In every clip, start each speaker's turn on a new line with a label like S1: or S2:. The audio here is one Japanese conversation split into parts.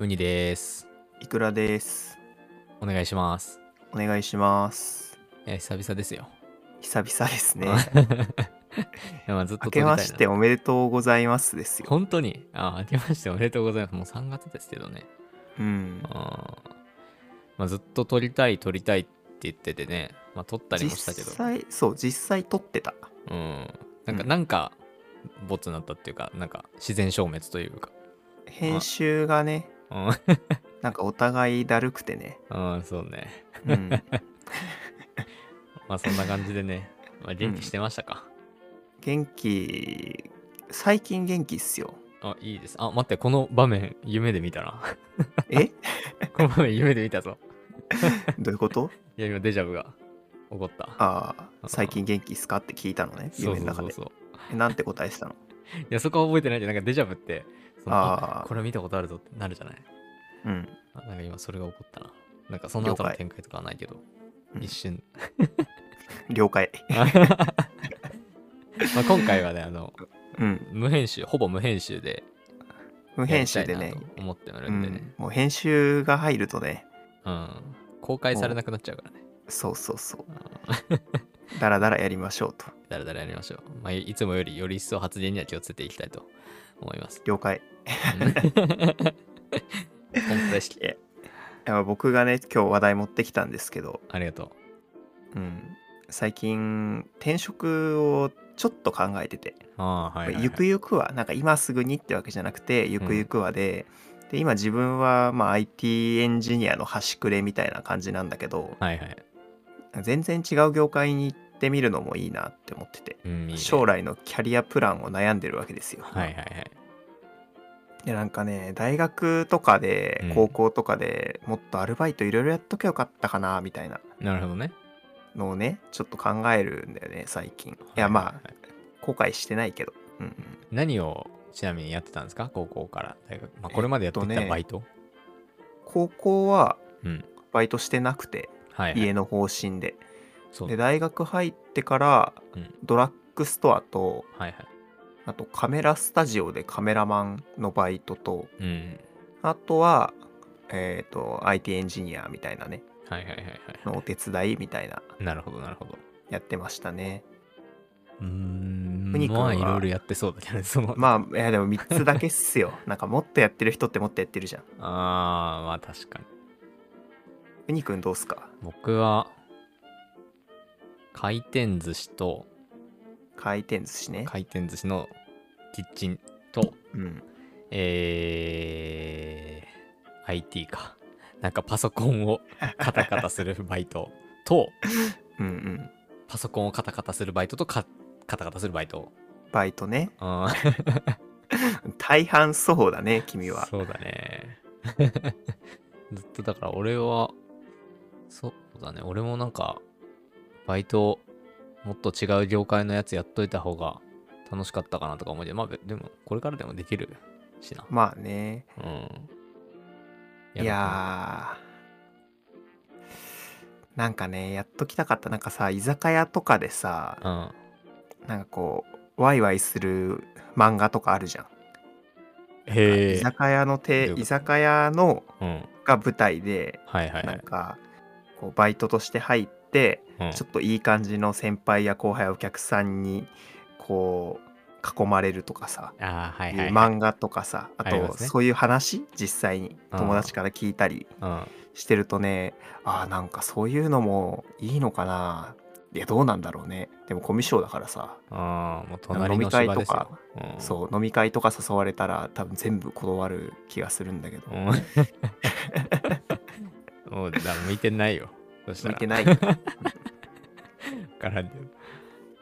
S1: ニです。
S2: いくらです。
S1: お願いします。
S2: お願いします。
S1: いや、久々ですよ。
S2: 久々です ね。
S1: いやまあずっと撮り
S2: 明け
S1: たいな
S2: ましておめでとうございますですよ。
S1: 本当に。あ、明けましておめでとうございます。もう3月ですけどね。
S2: うん。
S1: あーまあ、ずっと撮りたい、撮りたいって言っててね。まあ、撮ったりもしたけど
S2: 実。際、そう、実際撮ってた。
S1: うん。なんか、
S2: うん
S1: なんか、ボツになったっていうか、なんか、自然消滅というか。
S2: 編集がね、なんかお互いだるくてね。
S1: うん、うん、そうね。
S2: うん。
S1: まあ、そんな感じでね。まあ、元気してましたか、
S2: 元気、最近元気っすよ。
S1: あ、いいです。あ、待って、この場面、夢で見たな。
S2: え
S1: この場面、夢で見たぞ。
S2: どういうこと
S1: いや、今、デジャブが起こった。
S2: ああ、最近元気っすかって聞いたのね、
S1: そう
S2: 夢
S1: そ
S2: の
S1: う
S2: 中
S1: そう
S2: で。
S1: そう。
S2: えなんて答えしたの
S1: いや、そこは覚えてないけど、なんかデジャブって、そのあ
S2: あー
S1: これ見たことあるぞってなるじゃない。
S2: うん。
S1: あなんか今、それが起こったな。なんか、その後
S2: 了
S1: の
S2: 解
S1: 展開とかはないけど、
S2: うん
S1: 一瞬。
S2: 了解。
S1: まあ今回はね、あの、
S2: うん。
S1: 無編集、ほぼ無編集で、
S2: 無編集でね。、
S1: 思ってる
S2: うん
S1: でね
S2: ん、。もう編集が入るとね、
S1: うん。公開されなくなっちゃうからね。
S2: そうそうそう。
S1: うん
S2: だらだらやりましょうと。
S1: だらだらやりましょう。まあ、いつもよりより一層発言には気をつけていきたいと思い ます。
S2: 了解。
S1: うん本当でした
S2: いやいや僕がね今日話題持ってきたんですけど、
S1: ありがと
S2: うん、最近転職をちょっと考えてて、
S1: う。ああ、はい、はい。
S2: ゆくゆくはなんか今すぐにってわけじゃなくてゆくゆくはで,、で今自分はまあ IT エンジニアの端くれみたいな感じなんだけど
S1: はいはい。
S2: 全然違う業界に行ってみるのもいいなって思ってて。
S1: うん、いいね
S2: 将来のキャリアプランを悩んでるわけですよ。
S1: はいはいはい。
S2: でなんかね大学とかで、
S1: うん
S2: 高校とかでもっとアルバイトいろいろやっときゃよかったかなみたいな
S1: なるほどね。
S2: のをねちょっと考えるんだよね最近い
S1: は
S2: や
S1: はは
S2: まあ後悔してないけど、うんうん、
S1: 何をちなみにやってたんですか高校から大学。まあ、これまでやってき
S2: えったとね
S1: バイト、
S2: 高校は
S1: うん。
S2: バイトしてなくて
S1: はい、はい。
S2: 家の方針で
S1: そう。
S2: で
S1: はい
S2: 大学入ってから
S1: うん
S2: ドラッグストアと
S1: はい。
S2: あとカメラスタジオでカメラマンのバイトと
S1: うん。
S2: あとはえっ、と IT エンジニアみたいなね
S1: はいはいはいはいは。
S2: のお手伝いみたいない
S1: なるほどなるほど。
S2: やってましたね
S1: うーん。
S2: 邦君は
S1: まあいろいろやってそうだけどね、その。あ
S2: まあいやでも3つだけっすよ なんかもっとやってる人ってもっとやってるじゃん
S1: あー、まあ確かに。
S2: うにくんどうっすか
S1: 僕は、回転寿司と、
S2: 回転寿司ね
S1: 回転寿司のキッチンと、
S2: うん
S1: えー、IT か。なんかパソコンをカタカタするバイト と、
S2: うんうん
S1: パソコンをカタカタするバイトとか、カタカタするバイト。
S2: バイトね
S1: うん
S2: 大半そうだね君は
S1: そうだね。 ずっとだから俺は、そうだね。俺もなんか、バイト、もっと違う業界のやつやっといた方が楽しかったかなとか思うけど、まあべでも、これからでもできるしな。
S2: まあね
S1: うん。
S2: いやーなんかねやっときたかったなんかさ居酒屋とかでさ
S1: だからうん。
S2: なんかこうワイワイする漫画とかあるじゃん、
S1: へえ。
S2: 居酒屋の
S1: ど
S2: て
S1: ういうこと
S2: 居酒屋の
S1: うん。
S2: が舞台で
S1: はいはいは
S2: なん
S1: い。
S2: かこうバイトとして入って
S1: うん
S2: ちょっといい感じの先輩や後輩やお客さんにこう囲まれるとかさ
S1: ああ、はいいうはい、はい。
S2: 漫画とかさあ
S1: ありま
S2: と
S1: すね
S2: そういう話実際に
S1: うん
S2: 友達から聞いたりしてるとねあーなんかそういうのもいいのかないやどうなんだろうねでもコミュ障だからさ、
S1: うん。ああ、もう隣の芝ですよ。うん、
S2: そう飲み会とか誘われたら多分全部断る気がするんだけど
S1: うん。 もう、だから向いてないよ。そした
S2: 向
S1: ら。。
S2: いてない いよ
S1: からね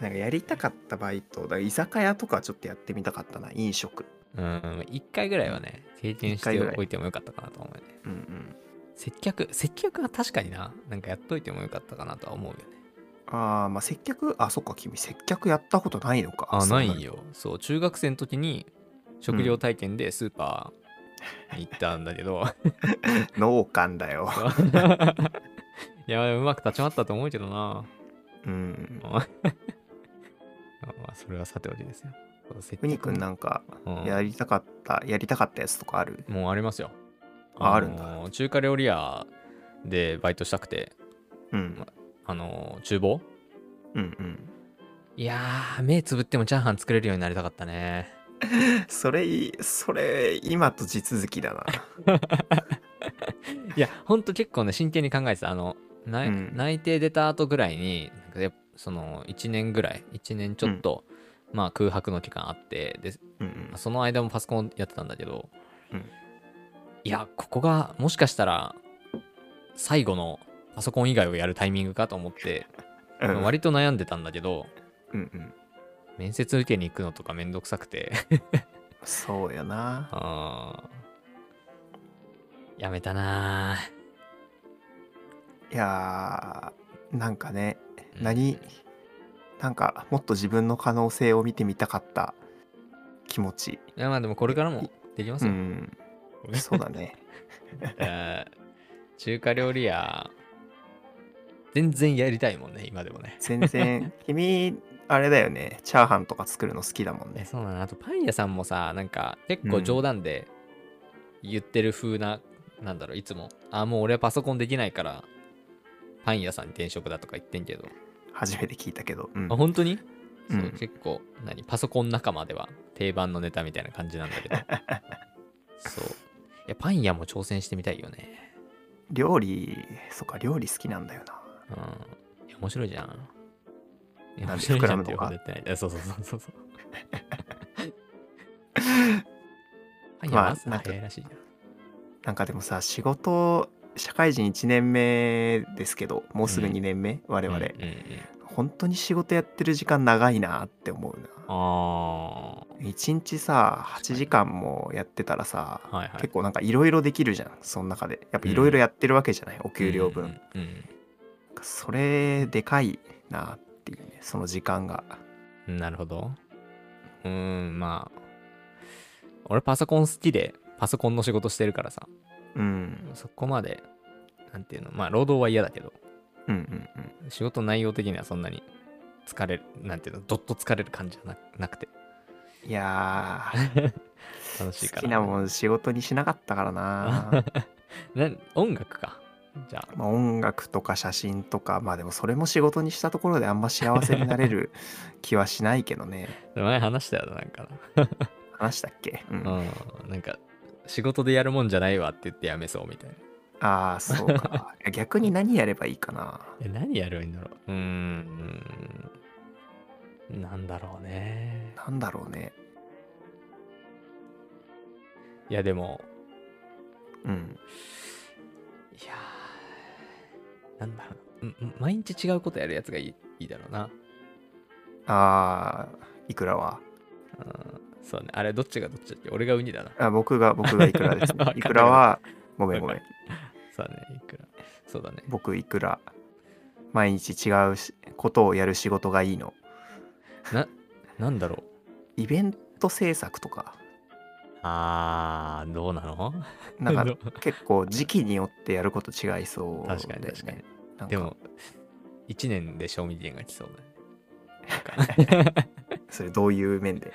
S2: なんかやりたかったバイトだから居酒屋とかちょっとやってみたかったな飲食
S1: うん、一回ぐらいはね、経験し
S2: 一回
S1: て
S2: ぐらい
S1: おいてもよかったかなと思うよね。
S2: うんうん
S1: 接客、接客は確かにな、なんかやっといてもよかったかなとは思うよね。
S2: ああまあ接客あそっか君接客やったことないのか
S1: あ、
S2: そう
S1: ないよ。そう、中学生の時に食料体験でスーパー行ったんだけ ど、
S2: 農家だよ
S1: いや、うまく立ち回ったと思うけどな。
S2: うん
S1: まあまあ、それはさておきですよ。そう接
S2: ふにくん
S1: 客
S2: なんか
S1: うん
S2: やりたかった、やりたかったやつとかある
S1: もうありますよ。
S2: ああるんだ
S1: の中華料理屋でバイトしたくて、
S2: うん
S1: あの厨房
S2: うんうん
S1: いやー、目つぶってもチャーハン作れるようになりたかったね。
S2: それいそれ今と地続きだ な
S1: いや、ほんと結構ね、真剣に考えてた。あの、内
S2: うん
S1: 内定出た後ぐらいに、なんかやっぱその、1年ぐらい、1年ちょっと、まあ空白の期間あって、で、
S2: うんうん
S1: その間もパソコンやってたんだけど、
S2: うん
S1: いや、ここが、もしかしたら、最後のパソコン以外をやるタイミングかと思って、
S2: うんうん
S1: 割と悩んでたんだけど、
S2: うんうん
S1: 面接受けに行くのとかめんどくさくて、
S2: そうよな
S1: あーやめたなあ
S2: いやーなんかね
S1: うん
S2: 何なんかもっと自分の可能性を見てみたかった気持ち
S1: いやまあでもこれからもできます
S2: う
S1: よ、
S2: んそうだね
S1: えー中華料理屋全然やりたいもんね今でもね
S2: 全然君あれだよねチャーハンとか作るの好きだもん
S1: え
S2: ね
S1: そうだなあとパン屋さんもさなんか結構冗談で言ってる風な、なんだろういつもあもう俺はパソコンできないからパン屋さんに転職だとか言ってんけど、
S2: 初めて聞いたけど、うん
S1: あ本当に、
S2: うん
S1: そう結構何パソコン仲間では定番のネタみたいな感じなんだ けどそういやパン屋も挑戦してみたいよね
S2: 料理そっか料理好きなんだよな
S1: うんいや面白いじゃんいや
S2: な
S1: 面
S2: んで
S1: 白いじゃ
S2: 膨ら
S1: ん
S2: む
S1: ってい
S2: の
S1: う
S2: か
S1: こと言ってないいやそうそうそうそう そうパン屋
S2: まあ
S1: は朝
S2: なんか
S1: 早いらしいじゃん、
S2: なんかでもさ仕事社会人1年目ですけどもうすぐ
S1: うん
S2: 2年目、我々、
S1: うんうんうん
S2: 本当に仕事やってる時間長いなって思うな
S1: あ
S2: 1日さ
S1: 確か
S2: 8
S1: に
S2: 時間もやってたらさ、
S1: あ、はいはい。
S2: 結構なんかいろいろできるじゃんその中でやっぱいろいろやってるわけじゃない、お給料分、
S1: うんうん
S2: それでかいなっていうねその時間が
S1: うん、なるほど。うーん、まあ。俺パソコン好きで、パソコンの仕事してるからさ、
S2: うん
S1: そこまで、なんていうの、まあ、労働は嫌だけど、
S2: うんうんうん
S1: 仕事内容的にはそんなに疲れる、なんていうの、どっと疲れる感じはななくて、
S2: いやー
S1: 楽しいから。
S2: 好きなもん仕事にしなかったからな
S1: な音楽か。じゃあ、
S2: まあ音楽とか写真とかまあでもそれも仕事にしたところであんま幸せにな れる気はしないけどね
S1: 前話したよな、なんか
S2: 話したっけ、うん
S1: な。うん、なんか、仕事でやるもんじゃないわって言ってやめそうみたいな。
S2: ああそうかいや逆に何やればいいかな
S1: え何やればいいんだろううーんなんだろうね
S2: なんだろうね
S1: いやでも
S2: うん
S1: いやーなんだろうなうんうん毎日違うことやるやつがいいいいだろうな
S2: あーいくらは
S1: うんそうねあれどっちがどっちだっけ俺がウニだな
S2: あ僕が僕がいくらです
S1: わかんな
S2: ね
S1: い
S2: いくらはごめんごめ
S1: わ
S2: ん
S1: そうだねいくらそうだね
S2: 僕いくら毎日違うしことをやる仕事がいいの
S1: ななんだろう
S2: イベント制作とか
S1: あーどうなの
S2: な ん
S1: ど
S2: か
S1: う
S2: 結構時期によってやること違いそうだよ
S1: 確
S2: ね
S1: かに確かに
S2: なんか
S1: でも1年で賞味期限が来そうだ ね
S2: それどういう面で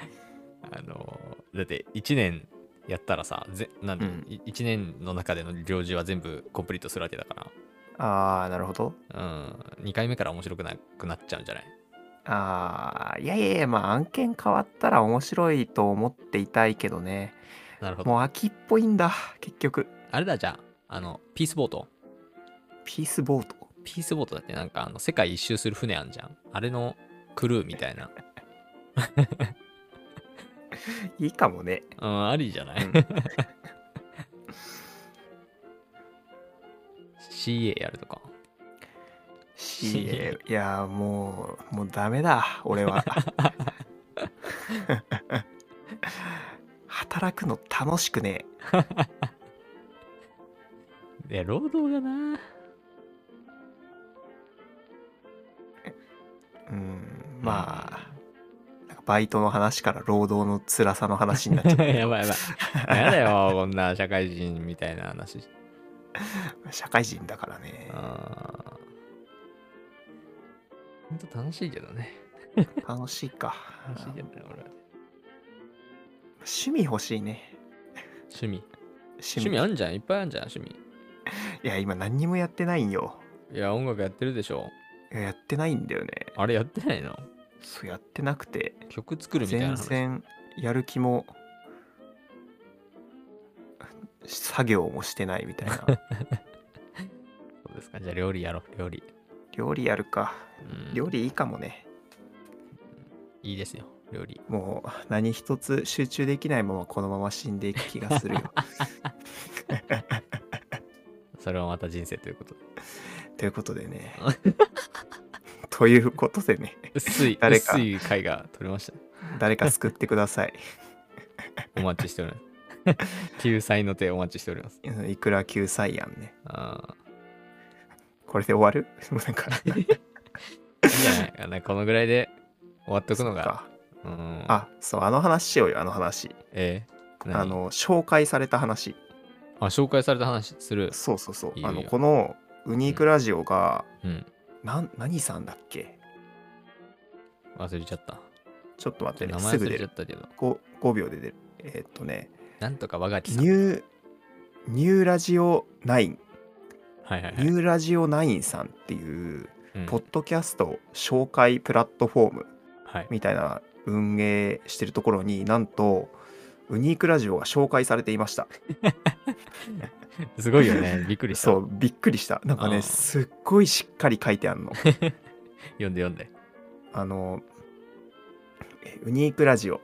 S1: あのーだって1年やったらさぜなんで、
S2: うん
S1: 1年の中での行事は全部コンプリートするわけだか
S2: ああなるほど
S1: ら、うん、2回目から面白くなくなっちゃうんじゃない
S2: ああいやいやいやまあ案件変わったら面白いと思っていたいけどね
S1: なるほど
S2: もう秋っぽいんだ結局
S1: あれだじゃああのピースボート
S2: ピースボート
S1: ピースボートだってなんかあの世界一周する船あんじゃんあれのクルーみたいな、
S2: いいかもね
S1: うん、ありじゃ ない、
S2: うん
S1: CA やるとか
S2: CA いやもうもうダメだ 俺は働くの楽しくね
S1: いや労働がな
S2: えうんまあなんかバイトの話から労働の辛さの話になっちゃった
S1: やばいやばい。やだよ、こんな社会人みたいな話。
S2: 社会人だからね
S1: あ本当楽しいけどね。
S2: 楽しいか
S1: 楽しいけどね、俺は。
S2: 趣味欲しいね
S1: 趣味。
S2: 趣
S1: 趣味あんじゃんいっぱいあんじゃん趣味
S2: いや今何にもやってないんよ
S1: いや音楽やってるでしょ
S2: いややってないんだよね
S1: あれやってないの
S2: そうやってなくて
S1: 曲作るみたいな
S2: 全
S1: 話
S2: 然やる気も作業もしてないみた いな
S1: そうですかじゃあ料理やろう料理、
S2: 料理やるか
S1: うん、
S2: 料理いいかもね
S1: いいですよ料理
S2: もう何一つ集中できないままこのまま死んでいく気がするよ
S1: それはまた人生という ことで
S2: ということ でねということでね
S1: 薄い
S2: 誰か
S1: 薄い回が取れました
S2: 誰か救ってください
S1: お待ちしております 救済の手お待ちしております
S2: うんいくら救済案ね
S1: あ
S2: これで終わるもうなんか
S1: ーい いんじゃないかなこのぐらいで終わっとくのが
S2: そっか
S1: うん
S2: あそうあの話しようよあの話
S1: えー何
S2: あの紹介された話
S1: あ紹介された話する
S2: そうそうそう
S1: いいよ
S2: あ
S1: い
S2: の
S1: いよ
S2: このウニークラジオが、
S1: うん
S2: なん何さんだっけ
S1: 忘れちゃった
S2: ちょっと待って
S1: 名
S2: ね
S1: 前
S2: すぐ
S1: 忘
S2: 出
S1: れちゃ
S2: る
S1: ったけど
S2: 5, 5秒で出るえーっとね
S1: なんとか我がきさん
S2: ニューニューラジオ9
S1: はいはいは
S2: ニ
S1: い、
S2: ューラジオ9さんっていう
S1: うん
S2: ポッドキャスト紹介プラットフォーム
S1: はい、
S2: みたいな運営してるところになんとウニークラジオが紹介されていました
S1: すごいよ ねびっくりした
S2: そうびっくりしたなんか
S1: う
S2: ね
S1: ん
S2: すっごいしっかり書いてあんの
S1: 読んで読んで
S2: あのえウニークラジオ、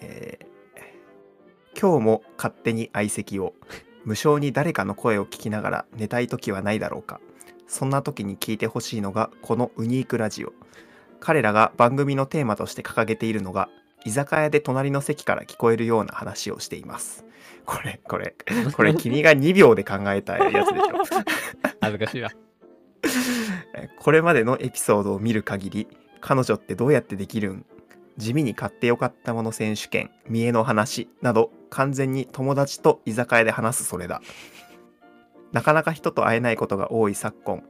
S2: えー今日も勝手に相席を無償に誰かの声を聞きながら寝たい時はないだろうかそんな時に聞いてほしいのがこのウニークラジオ彼らが番組のテーマとして掲げているのが居酒屋で隣の席から聞こえるような話をしていますこれこれこれ君が2秒で考えたやつでしょ
S1: 恥ずかしいわ
S2: えーこれまでのエピソードを見る限り彼女ってどうやってできるん地味に買ってよかったもの選手権見栄の話など完全に友達と居酒屋で話すそれだなかなか人と会えないことが多い昨今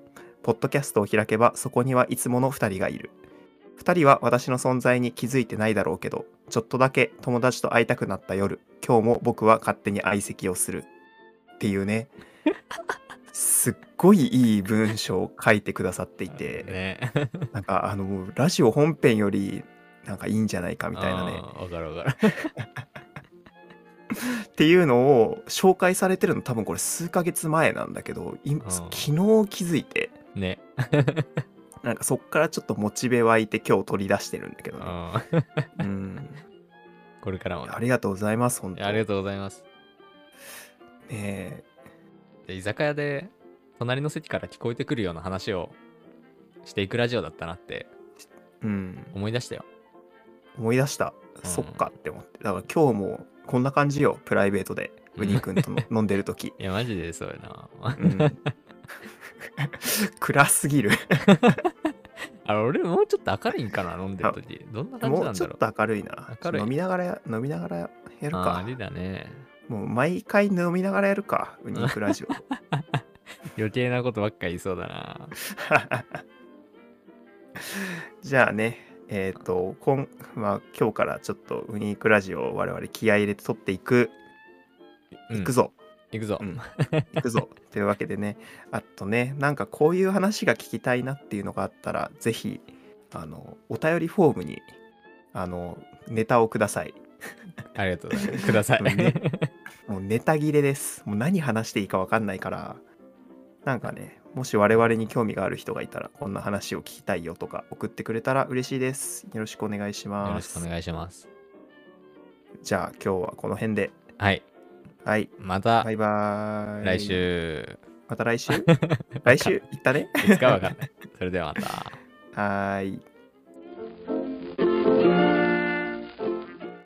S2: ポッドキャストを開けばそこにはいつもの2人がいる2人は私の存在に気づいてないだろうけどちょっとだけ友達と会いたくなった夜今日も僕は勝手に相席をするっていうねすっごいいい文章を書いてくださっていて、
S1: ね
S2: なんかあのもうラジオ本編よりなんかいいんじゃない かみたいなね
S1: あーわかるわかる
S2: っていうのを紹介されてるの多分これ数ヶ月前なんだけどい
S1: ん
S2: 昨日気づいて
S1: ね
S2: なんかそっからちょっとモチベ湧いて今日取り出してるんだけどね、
S1: あー
S2: うん、
S1: これからもね
S2: ありがとうございます本
S1: い
S2: 当
S1: やありがとうございます
S2: ねえ
S1: で居酒屋で隣の席から聞こえてくるような話をしていくラジオだったなって
S2: うん
S1: 思い出したよ
S2: 思い出した、
S1: うん
S2: そっかって思ってだから今日もこんな感じよプライベートでウニ君 との飲んでる時、
S1: いやマジでそうやな
S2: うん、暗すぎる
S1: あれ俺もうちょっと明るいんかな飲んでる時どんな感じ
S2: も
S1: な
S2: うんち
S1: だ
S2: ょ
S1: ろ
S2: っ
S1: う
S2: と明るいな
S1: 明るい
S2: 飲みながら飲みながらやる
S1: あー
S2: か
S1: ありだね
S2: もう毎回飲みながらやるかウニクラ ジオ
S1: 余計なことばっかり言いそうだな
S2: じゃあねえっ、と今,、まあ、今日からちょっとウニクラジオを我々気合い入れて撮っていく、
S1: うん
S2: いくぞ
S1: 行くぞ、
S2: うん行くぞというわけでねあとねなんかこういう話が聞きたいなっていうのがあったらぜひあのお便りフォームにあのネタをください
S1: ありがとうございますください、
S2: うんねもうネタ切れですもう何話していいか分かんないからなんかねもし我々に興味がある人がいたらこんな話を聞きたいよとか送ってくれたら嬉しいですよろしくお願いし
S1: よ
S2: ま
S1: ろしく
S2: す
S1: お願いします
S2: じゃあ今日はこの辺で
S1: はい
S2: はい
S1: また
S2: バイバーイ
S1: 来週
S2: また来週来週行ったね
S1: いつかわかんないそれではまた
S2: はーい